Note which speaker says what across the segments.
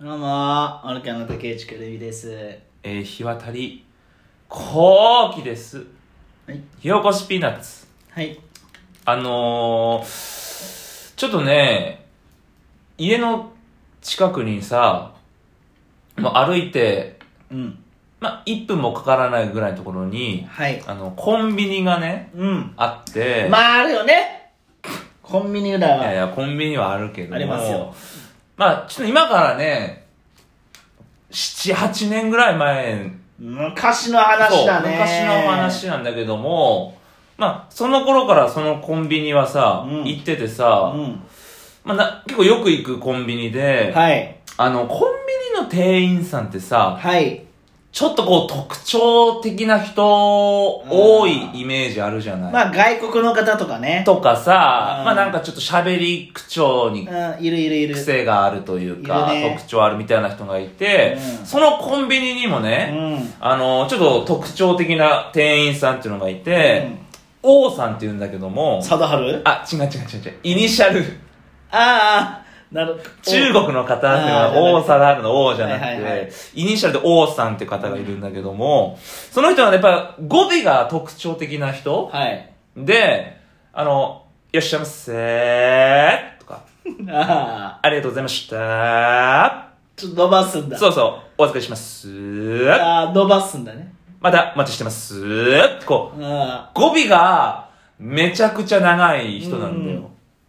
Speaker 1: どうも、オルカの竹内くるみです。は
Speaker 2: えー、日渡り後期です
Speaker 1: い。
Speaker 2: 火起こしピーナッツ
Speaker 1: はい。
Speaker 2: あのー、ちょっとね家の近くにさもう歩いて、
Speaker 1: うん。
Speaker 2: まあ、1分もかからないぐらいのところに
Speaker 1: はい。
Speaker 2: あのコンビニがね
Speaker 1: うん。
Speaker 2: あって、
Speaker 1: まあ、あるよねコンビニ裏
Speaker 2: いやい
Speaker 1: は。
Speaker 2: やコンビニはあるけども
Speaker 1: ありますよ
Speaker 2: まあちょっと今からね78年ぐらい前
Speaker 1: 昔の話だね。
Speaker 2: そう昔の話。なんだけどもまあその頃からそのコンビニはさ、
Speaker 1: うん
Speaker 2: 行っててさ、
Speaker 1: う
Speaker 2: まあ、な結構よく行くコンビニで、
Speaker 1: ん。はい。
Speaker 2: あのコンビニの店員さんってさ
Speaker 1: はい。
Speaker 2: ちょっとこう特徴的な人多いイメージあるじゃない、
Speaker 1: まあ、外国の方とかね。
Speaker 2: とかさ、
Speaker 1: うん
Speaker 2: まあなんかちょっと喋り口調に
Speaker 1: うん、いるいるいる。
Speaker 2: 癖があるというか、
Speaker 1: いるね
Speaker 2: 特徴あるみたいな人がいて、
Speaker 1: うん
Speaker 2: そのコンビニにも
Speaker 1: う
Speaker 2: ね、
Speaker 1: ん。
Speaker 2: あのちょっと特徴的な店員さんっていうのがいて、王さんって言うんだけども、
Speaker 1: 貞治
Speaker 2: あ、違う違う違う違う、イニシャル、
Speaker 1: ああ、なる
Speaker 2: 中国の方っていうの
Speaker 1: あーじゃな
Speaker 2: は
Speaker 1: くて
Speaker 2: 王貞治の王じゃなくて、
Speaker 1: はいはいはい
Speaker 2: イニシャルで王さんっていう方がいるんだけども、その人はやっぱ語尾が特徴的な人
Speaker 1: はい。
Speaker 2: で、あの、いらっしゃいませーとか、
Speaker 1: ああ、
Speaker 2: ありがとうございましたー
Speaker 1: ちょっと伸ばすんだ。
Speaker 2: そうそう、お預かりしますー
Speaker 1: ああ、伸ばすんだね。
Speaker 2: またお待ちしてますーってこう、
Speaker 1: あ
Speaker 2: 語尾がめちゃくちゃ長い人なんだよ。
Speaker 1: うん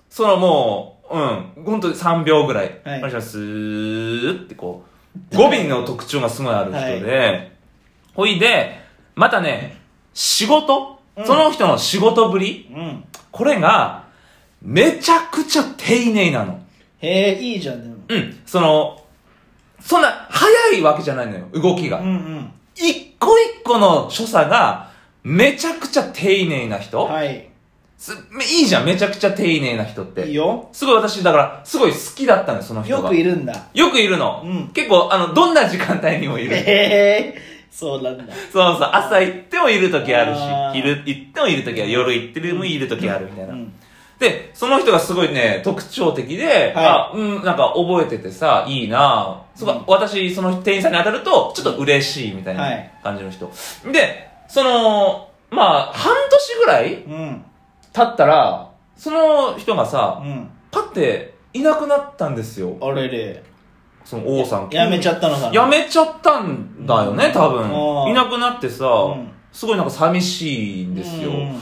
Speaker 2: そのもう、うん、ほんと3秒ぐらい、
Speaker 1: はい
Speaker 2: お願いしますーってこう、語尾の特徴がすごいある人で、ほいで、またね、仕事、
Speaker 1: うん
Speaker 2: その人の仕事ぶり、
Speaker 1: あ。うん。
Speaker 2: これが、めちゃくちゃ丁寧なの。
Speaker 1: へえ、いいじゃん、でも。
Speaker 2: うん、その、そんな早いわけじゃないのよ、動きが。
Speaker 1: うん
Speaker 2: 一個一個の所作が、めちゃくちゃ丁寧な人、
Speaker 1: うん。はい。
Speaker 2: すいいじゃん、めちゃくちゃ丁寧な人って。
Speaker 1: いいよ。
Speaker 2: すごい私、だから、すごい好きだったのよ、その人
Speaker 1: よ
Speaker 2: が。
Speaker 1: くいるんだ。
Speaker 2: よくいるの。
Speaker 1: うん
Speaker 2: 結構、あの、どんな時間帯にもいる。
Speaker 1: へえそうなんだ。
Speaker 2: そうそう、朝行ってもいる時ある
Speaker 1: あー
Speaker 2: し、昼行ってもいる時は、夜行ってもいる時あるみたいな。
Speaker 1: うん
Speaker 2: で、その人がすごいね、特徴的で、あ、うん、なんか覚えててさ、いいなぁ。そこ
Speaker 1: うん
Speaker 2: 私、その店員さんに当たると、ちょっと嬉しいみたいな
Speaker 1: はい
Speaker 2: 感じの人。で、その、まあ、半年ぐらい
Speaker 1: うん。
Speaker 2: 経ったら、その人がさ、
Speaker 1: うん。
Speaker 2: パっていなくなったんですよ。
Speaker 1: あれれ。
Speaker 2: その王さん。
Speaker 1: やめちゃったのかな。
Speaker 2: やめちゃったんだよね、多
Speaker 1: あー
Speaker 2: 分。いなくなってさ、
Speaker 1: うん
Speaker 2: すごいなんか寂しいんですよ。
Speaker 1: うん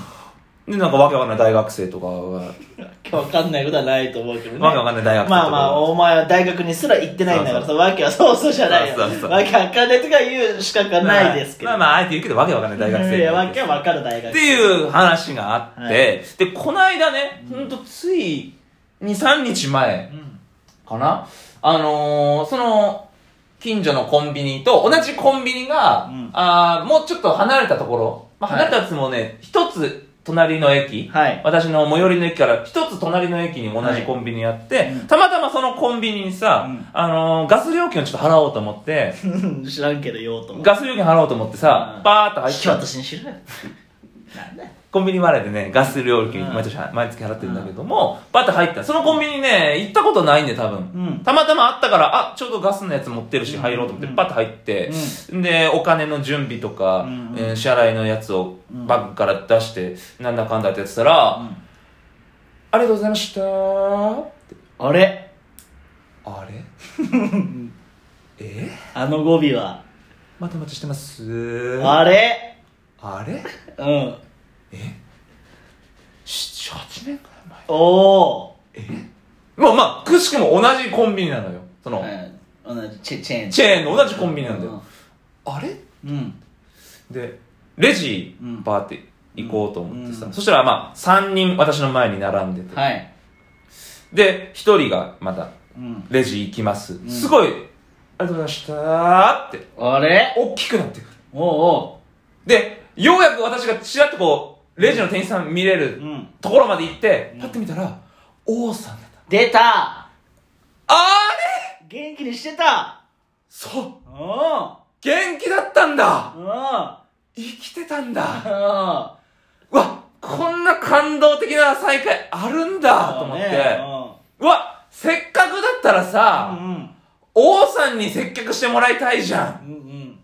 Speaker 2: で、なんかわけわかんない大学生とかが、
Speaker 1: わかんないことはないと思うけどね。
Speaker 2: わけわかんない大学生とか
Speaker 1: ま
Speaker 2: が。
Speaker 1: あまあ、お前は大学にすら行ってないんだから
Speaker 2: そう
Speaker 1: さ、わけはそうそうじゃないよ。
Speaker 2: そうそうそう
Speaker 1: わけわかんないとか言う資格はないですけど。
Speaker 2: まあまあ、あえて言うけど、わけわかんない大学生
Speaker 1: いや、わけはわかる大学。
Speaker 2: っていう話があって、
Speaker 1: はい
Speaker 2: で、この間ね、ほんとつい2、3日前
Speaker 1: うん。
Speaker 2: かなあのー、その、近所のコンビニと同じコンビニが、
Speaker 1: うん
Speaker 2: あーもうちょっと離れたところ、まあ、
Speaker 1: はい
Speaker 2: 離れたやつもね、一、つ隣の駅、
Speaker 1: はい。
Speaker 2: 私の最寄りの駅から一つ隣の駅に同
Speaker 1: は
Speaker 2: じ
Speaker 1: い
Speaker 2: コンビニやって、
Speaker 1: うん
Speaker 2: たまたまそのコンビニにさ、
Speaker 1: うん
Speaker 2: あのーガス料金をちょっと払おうと思って、
Speaker 1: 知らんけど、用途。
Speaker 2: ガス料金払おうと思って
Speaker 1: う
Speaker 2: さ
Speaker 1: ん、
Speaker 2: バーッと入っ
Speaker 1: 引き
Speaker 2: て
Speaker 1: 渡しにしろよ。なんだよ。
Speaker 2: コンビニ割れでね、ガス料金
Speaker 1: うん
Speaker 2: 毎年、毎月払ってるんだけども、バッと入った。そのコンビニね、行ったことないんで多
Speaker 1: う
Speaker 2: 分。
Speaker 1: ん。
Speaker 2: たまたまあったから、あ、ちょうどガスのやつ持ってるし
Speaker 1: うん
Speaker 2: 入ろうと思っ
Speaker 1: う
Speaker 2: て、
Speaker 1: ん
Speaker 2: パッと入って、で、お金の準備とか
Speaker 1: うん、
Speaker 2: えー支払いのやつを
Speaker 1: うん
Speaker 2: バッグから出して、なんだかんだってやってたら、ありがとうございましたーって
Speaker 1: あれ
Speaker 2: あ れえ
Speaker 1: あの語尾は。
Speaker 2: また待ちしてますー
Speaker 1: あれ
Speaker 2: あれ
Speaker 1: うん。
Speaker 2: 7、8年くらい前
Speaker 1: おお、
Speaker 2: まあまあ、くしくも同じコンビニなのよ。その、
Speaker 1: うん、同じチェチェーン
Speaker 2: チェーンの同じコンビニなんだよ。あれ
Speaker 1: うん
Speaker 2: で、レジ
Speaker 1: うん、
Speaker 2: バーって行こうと思ってさ、
Speaker 1: うん
Speaker 2: そしたらまあ、3人私の前に並んでて、
Speaker 1: はい
Speaker 2: で、1人がまた、
Speaker 1: うん
Speaker 2: レジ行きます。
Speaker 1: ん
Speaker 2: すごい、ありがとうございましたーって、
Speaker 1: あれ
Speaker 2: 大きくなってくる。
Speaker 1: おお
Speaker 2: で、ようやく私がちらっとこう、レジの店員さん見れる
Speaker 1: うん
Speaker 2: ところまで行って
Speaker 1: うん、
Speaker 2: パッて見たら、王さんだった。
Speaker 1: 出た
Speaker 2: あれ
Speaker 1: 元気にしてた
Speaker 2: そう
Speaker 1: おお
Speaker 2: 元気だったんだ
Speaker 1: おお
Speaker 2: 生きてたんだ
Speaker 1: お
Speaker 2: うわこんな感動的な再会あるんだと思って、うわせっかくだったら
Speaker 1: うん
Speaker 2: さ、
Speaker 1: うん
Speaker 2: 王さんに接客してもらいたいじゃん
Speaker 1: うんうん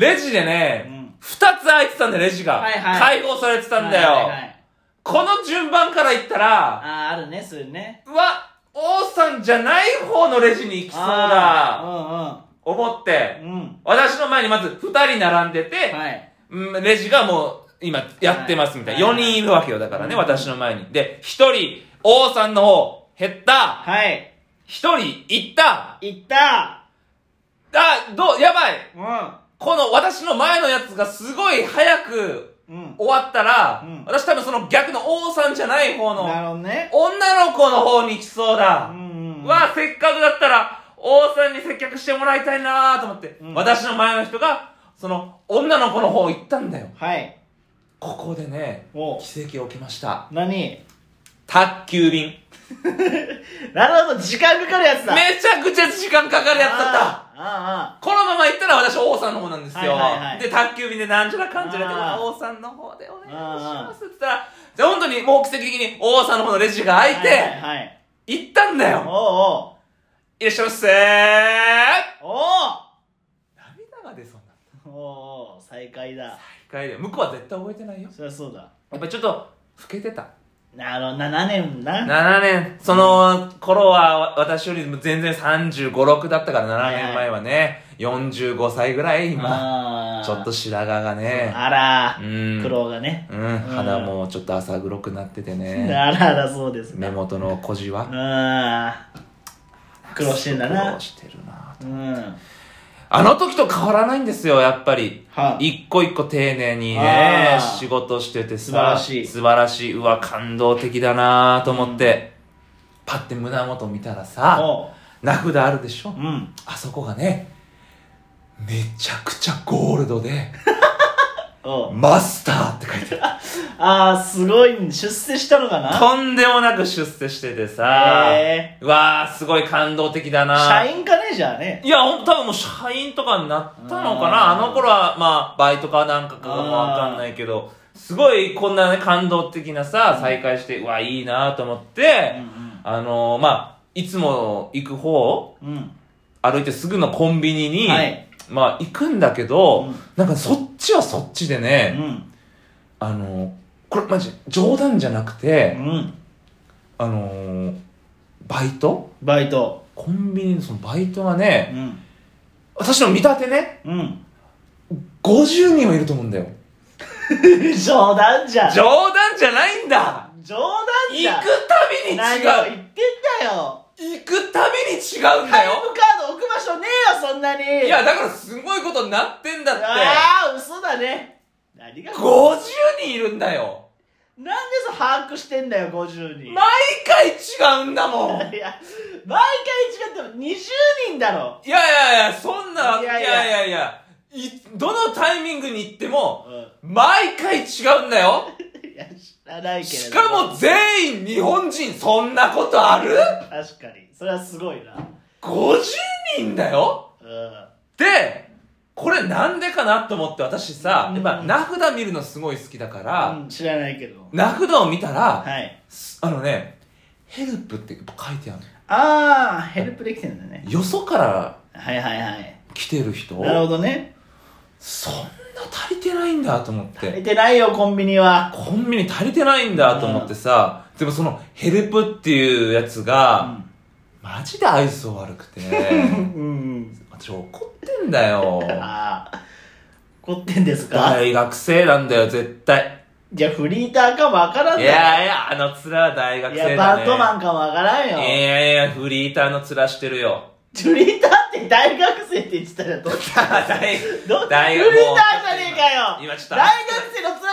Speaker 2: レジで
Speaker 1: う
Speaker 2: ね、
Speaker 1: ん
Speaker 2: 二つ開いてたんだよ、レジが。
Speaker 1: はいはい
Speaker 2: 解放されてたんだよ。
Speaker 1: はいはいはい
Speaker 2: この順番から言ったら、
Speaker 1: あああるねそういうね
Speaker 2: うわ、王さんじゃない方のレジに行きそうだ、
Speaker 1: あ
Speaker 2: 思っ
Speaker 1: ー
Speaker 2: て、
Speaker 1: うんうんうん
Speaker 2: 私の前にまず二人並んでて、
Speaker 1: はい
Speaker 2: うんレジがもう今やってますみたいな。
Speaker 1: は
Speaker 2: 4
Speaker 1: い
Speaker 2: 人いるわけよ、だからね、
Speaker 1: うん
Speaker 2: 私の前に。で、一人、王さんの方、減った。
Speaker 1: はい
Speaker 2: 一人、行った。
Speaker 1: 行った
Speaker 2: あ、どう、やばい。
Speaker 1: う
Speaker 2: この私の前のやつがすごい早く
Speaker 1: んうん
Speaker 2: 終わったら、
Speaker 1: うん
Speaker 2: 私多分その逆の王さんじゃない方
Speaker 1: な
Speaker 2: の
Speaker 1: るほどね
Speaker 2: 女の子の方に行きそう
Speaker 1: う
Speaker 2: だ。
Speaker 1: んうん
Speaker 2: わあ、せっかくだったら王さんに接客してもらいたいなーと思って、
Speaker 1: うん
Speaker 2: 私の前の人がその女の子の方行ったんだよ。
Speaker 1: はい
Speaker 2: ここでね、
Speaker 1: おう
Speaker 2: 奇跡起きました。
Speaker 1: 何
Speaker 2: 宅急便。
Speaker 1: なるほど時間かかるやつだ
Speaker 2: めちゃくちゃ時間かかるやつだった。
Speaker 1: あーあ
Speaker 2: このまま行ったら私王さんの方なんですよ。
Speaker 1: はいはいはい
Speaker 2: で、宅急便でなんちゃらかんちゃらって、
Speaker 1: あー
Speaker 2: 王さんの方でお願いしますって言ったら、で本当にもう奇跡的に王さんの方のレジが
Speaker 1: ああ
Speaker 2: 開い
Speaker 1: はい
Speaker 2: て、
Speaker 1: はいはい
Speaker 2: 行ったんだよ。
Speaker 1: おう
Speaker 2: いらっしゃいませー
Speaker 1: おうお
Speaker 2: 涙が出そうになっ
Speaker 1: うおうおう再会だ
Speaker 2: た。一回で向こうは絶対覚えてないよ。
Speaker 1: そりゃそうだ
Speaker 2: やっぱりちょっと、老けてた。
Speaker 1: なるほど7年な
Speaker 2: 7年、その頃は私よりも全然35、6だったから
Speaker 1: はいはい
Speaker 2: 7年前はね、45歳ぐらい今、
Speaker 1: あー
Speaker 2: ちょっと白髪がね、
Speaker 1: あら
Speaker 2: う
Speaker 1: 苦
Speaker 2: ん、
Speaker 1: 労がね
Speaker 2: うん、肌もちょっと浅黒くなってて
Speaker 1: あ
Speaker 2: ね、
Speaker 1: らあらそうですね
Speaker 2: 目元の小じわ、
Speaker 1: あー苦労してんだ
Speaker 2: 苦
Speaker 1: な
Speaker 2: 労してるな。
Speaker 1: うん
Speaker 2: あの時と変わらないんですよ、やっぱり。
Speaker 1: はい
Speaker 2: 一個一個丁寧に
Speaker 1: あ、
Speaker 2: ね
Speaker 1: ー
Speaker 2: 仕事しててさ、
Speaker 1: 素晴らしい
Speaker 2: 素晴らしい。うわ、感動的だなと思って、パッて胸元見たらさ、
Speaker 1: おう
Speaker 2: 名札あるでしょ
Speaker 1: うん
Speaker 2: あそこがね、めちゃくちゃゴールドで、
Speaker 1: おう
Speaker 2: マスターって書いてある。
Speaker 1: ああすごい出世したのかな
Speaker 2: とんでもなく出世しててさ、
Speaker 1: へ
Speaker 2: うわー、すごい感動的だな
Speaker 1: 社員かねじゃあね
Speaker 2: いや、ほん多分もう社員とかになったのか
Speaker 1: う
Speaker 2: なあ
Speaker 1: ん
Speaker 2: の頃は、まあ、バイトかなんかかもわかんないけど、すごいこんなね、感動的なさ、再会して、うわ、いいなと思って、
Speaker 1: うん
Speaker 2: あのー、まあ、いつも行く方、
Speaker 1: うんうん
Speaker 2: 歩いてすぐのコンビニに、
Speaker 1: はい
Speaker 2: まあ行くんだけ
Speaker 1: う
Speaker 2: ど、
Speaker 1: ん
Speaker 2: なんかそっちはそっちで
Speaker 1: う
Speaker 2: ね、
Speaker 1: ん
Speaker 2: あのー、これマジ冗談じゃなくて、
Speaker 1: うん
Speaker 2: あのー、バイト
Speaker 1: バイト
Speaker 2: コンビニのそのバイトが
Speaker 1: う
Speaker 2: ね、
Speaker 1: ん
Speaker 2: 私の見立てね、
Speaker 1: うん
Speaker 2: 50人はいると思うんだよ。
Speaker 1: 冗談じゃん冗
Speaker 2: 冗談じゃないんだ
Speaker 1: 談じ
Speaker 2: 行
Speaker 1: ゃん
Speaker 2: くたびに
Speaker 1: 何を
Speaker 2: 違
Speaker 1: 言
Speaker 2: う
Speaker 1: ってんだよ
Speaker 2: 行くたびに違うんだ
Speaker 1: タイム
Speaker 2: よ
Speaker 1: カード置く場所ねえよそんなに
Speaker 2: いや、だからすごいことになってんだって
Speaker 1: ああ嘘だね何が
Speaker 2: 50人いるんだよ
Speaker 1: なんでそう把握してんだよ50人
Speaker 2: 毎回違うんだもん
Speaker 1: いや毎回違っても20人だろ
Speaker 2: いやいやいや、そんな、い
Speaker 1: いや
Speaker 2: やい
Speaker 1: い
Speaker 2: や
Speaker 1: や
Speaker 2: いやいどのタイミングに行っても、
Speaker 1: う
Speaker 2: 毎回違うんだよ
Speaker 1: んいや知らないけれど
Speaker 2: しかも全員日本人、そんなことある
Speaker 1: 確かにそれはすごいな
Speaker 2: ?50 人だよ
Speaker 1: うん
Speaker 2: で、これなんでかなと思って私さ、やっぱ
Speaker 1: うん
Speaker 2: 名札見るのすごい好きだから、
Speaker 1: うん知らないけど
Speaker 2: 名札を見たら、
Speaker 1: はい
Speaker 2: すあのね、ヘルプって書いてある
Speaker 1: ああヘルプできてるんだね
Speaker 2: の。よそから
Speaker 1: はいはいはい
Speaker 2: 来てる人
Speaker 1: なるほどね
Speaker 2: そんな足りてないんだと思って
Speaker 1: 足。りてないよコンビニは
Speaker 2: コンビニ足りてないんだと思ってさ、でもそのヘルプっていうやつが、マジで愛想悪く て、
Speaker 1: うん、うん、
Speaker 2: 私怒ってんだよ。
Speaker 1: ああ怒ってんですか
Speaker 2: 大学生なんだよ、絶対。
Speaker 1: じゃあフリーターかもわからん
Speaker 2: い
Speaker 1: だ
Speaker 2: やいや、あの面は大学
Speaker 1: い
Speaker 2: 生
Speaker 1: や
Speaker 2: だ
Speaker 1: バ
Speaker 2: ね。
Speaker 1: ンドマンかもわからんよ、
Speaker 2: いやいや、フリーターの面してるよ。
Speaker 1: フリーターって大学生って言ってたらどっち
Speaker 2: 大
Speaker 1: どっち
Speaker 2: 大
Speaker 1: フリーターじゃねえかよ
Speaker 2: 今ちょっと
Speaker 1: 大学生の面し、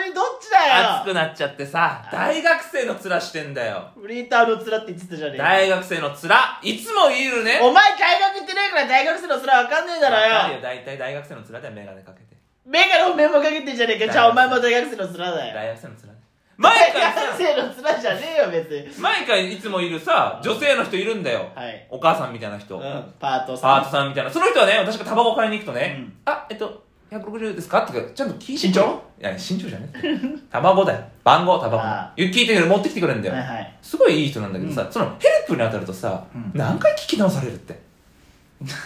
Speaker 1: フリどっちだ
Speaker 2: 熱
Speaker 1: よ
Speaker 2: くなっちゃってさ、大学生の面してんだよ。
Speaker 1: フリーターの面って言ってたじゃねえか
Speaker 2: 大学生の面、いつもいるね。
Speaker 1: お前大学行ってないから大学生の面わかんねえだ
Speaker 2: わか
Speaker 1: ろ
Speaker 2: る
Speaker 1: よ
Speaker 2: よ、大体大学生の面でメガネかけて。
Speaker 1: メガネをメモかけてんじゃねえかじゃあお前も大学生の面だよ
Speaker 2: 大学生の面。前
Speaker 1: 大
Speaker 2: からさ
Speaker 1: 学生の面じゃねえよ別に
Speaker 2: 毎回いつもいるさ女性の人いるんだよ、
Speaker 1: はい
Speaker 2: お母さんみたいな
Speaker 1: う
Speaker 2: 人、
Speaker 1: んパート
Speaker 2: パー
Speaker 1: さ
Speaker 2: トさんみたいなその人はね私がタバコ買いに行くとね、
Speaker 1: うん
Speaker 2: あえっと160ですかとかちゃんと聞いて
Speaker 1: 身長
Speaker 2: いや身長じゃねえ卵だよ番号タバ
Speaker 1: あ
Speaker 2: コ聞いてくれる持ってきてくれるんだ
Speaker 1: ん
Speaker 2: よ、
Speaker 1: はいはい
Speaker 2: すごいいい人なんだけどさ、そのヘルプに当たるとさ、
Speaker 1: うん
Speaker 2: 何回聞き直されるって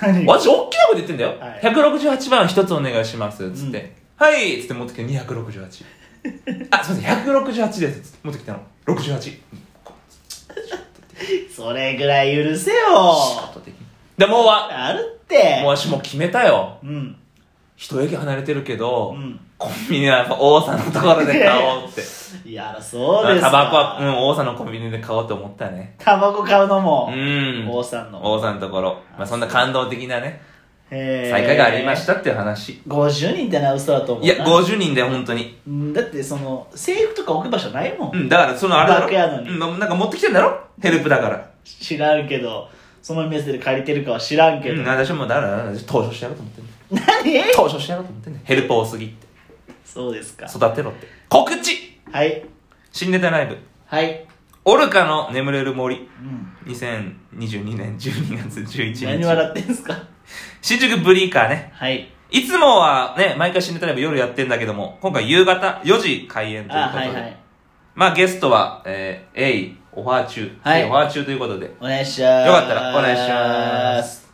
Speaker 3: 何
Speaker 2: 私、大きな声で言ってんだよ。
Speaker 1: はい
Speaker 2: 168番一つお願いします。つって。はいっつって持ってきて268。あ、すいません、168です。つって持ってきたの。68。
Speaker 1: それぐらい許せよ
Speaker 2: 後的にで、もうわ、
Speaker 1: あるって
Speaker 2: もう私もう決めたよ。
Speaker 1: うん
Speaker 2: 一駅離れてるけ
Speaker 1: う
Speaker 2: ど、
Speaker 1: ん
Speaker 2: コンビニはやっぱ王さんのところで買お うって。
Speaker 1: いやそうですか
Speaker 2: タバコは、うん、王さんのコンビニで買おうと思ったね。
Speaker 1: タバコ買うのも
Speaker 2: う、ん。
Speaker 1: 王さんの
Speaker 2: 王さんのところ。まあそんな感動的なね、
Speaker 1: へー
Speaker 2: 再会がありましたっていう話。
Speaker 1: 50人ってな嘘だと思う
Speaker 2: い
Speaker 1: い
Speaker 2: や、50人で本当に。
Speaker 1: だってその制服とか置く場所ないもん、
Speaker 2: うん、だからそのあれだろ
Speaker 1: バックヤードに
Speaker 2: うん、なんか持ってきてんだろヘルプだから。
Speaker 1: 知らんけどその店で借りてるかは知らんけ
Speaker 2: う
Speaker 1: ど、
Speaker 2: ん、私もだから、投書してやろうと思ってんだよ。
Speaker 1: 何
Speaker 2: 投書してやろうと思ってんだよ。ヘルプ多すぎって。
Speaker 1: そうですか
Speaker 2: 育てろって。告知
Speaker 1: はい
Speaker 2: 新ネタライブ。
Speaker 1: はい、
Speaker 2: オルカの眠れる森。
Speaker 1: うん、
Speaker 2: 2022年12月11
Speaker 1: 何
Speaker 2: 日。
Speaker 1: 笑ってんすか
Speaker 2: 新宿ブリーカーね。
Speaker 1: はい
Speaker 2: いつもはね、毎回新ネタライブ夜やってんだけども、今回夕方4時開演という
Speaker 1: あ
Speaker 2: こと
Speaker 1: は
Speaker 2: で。
Speaker 1: いはい
Speaker 2: まあゲストは、えー、エイ、オファー中。
Speaker 1: はい
Speaker 2: エイオファー中ということで。
Speaker 1: お願いします
Speaker 2: よかったらお願いします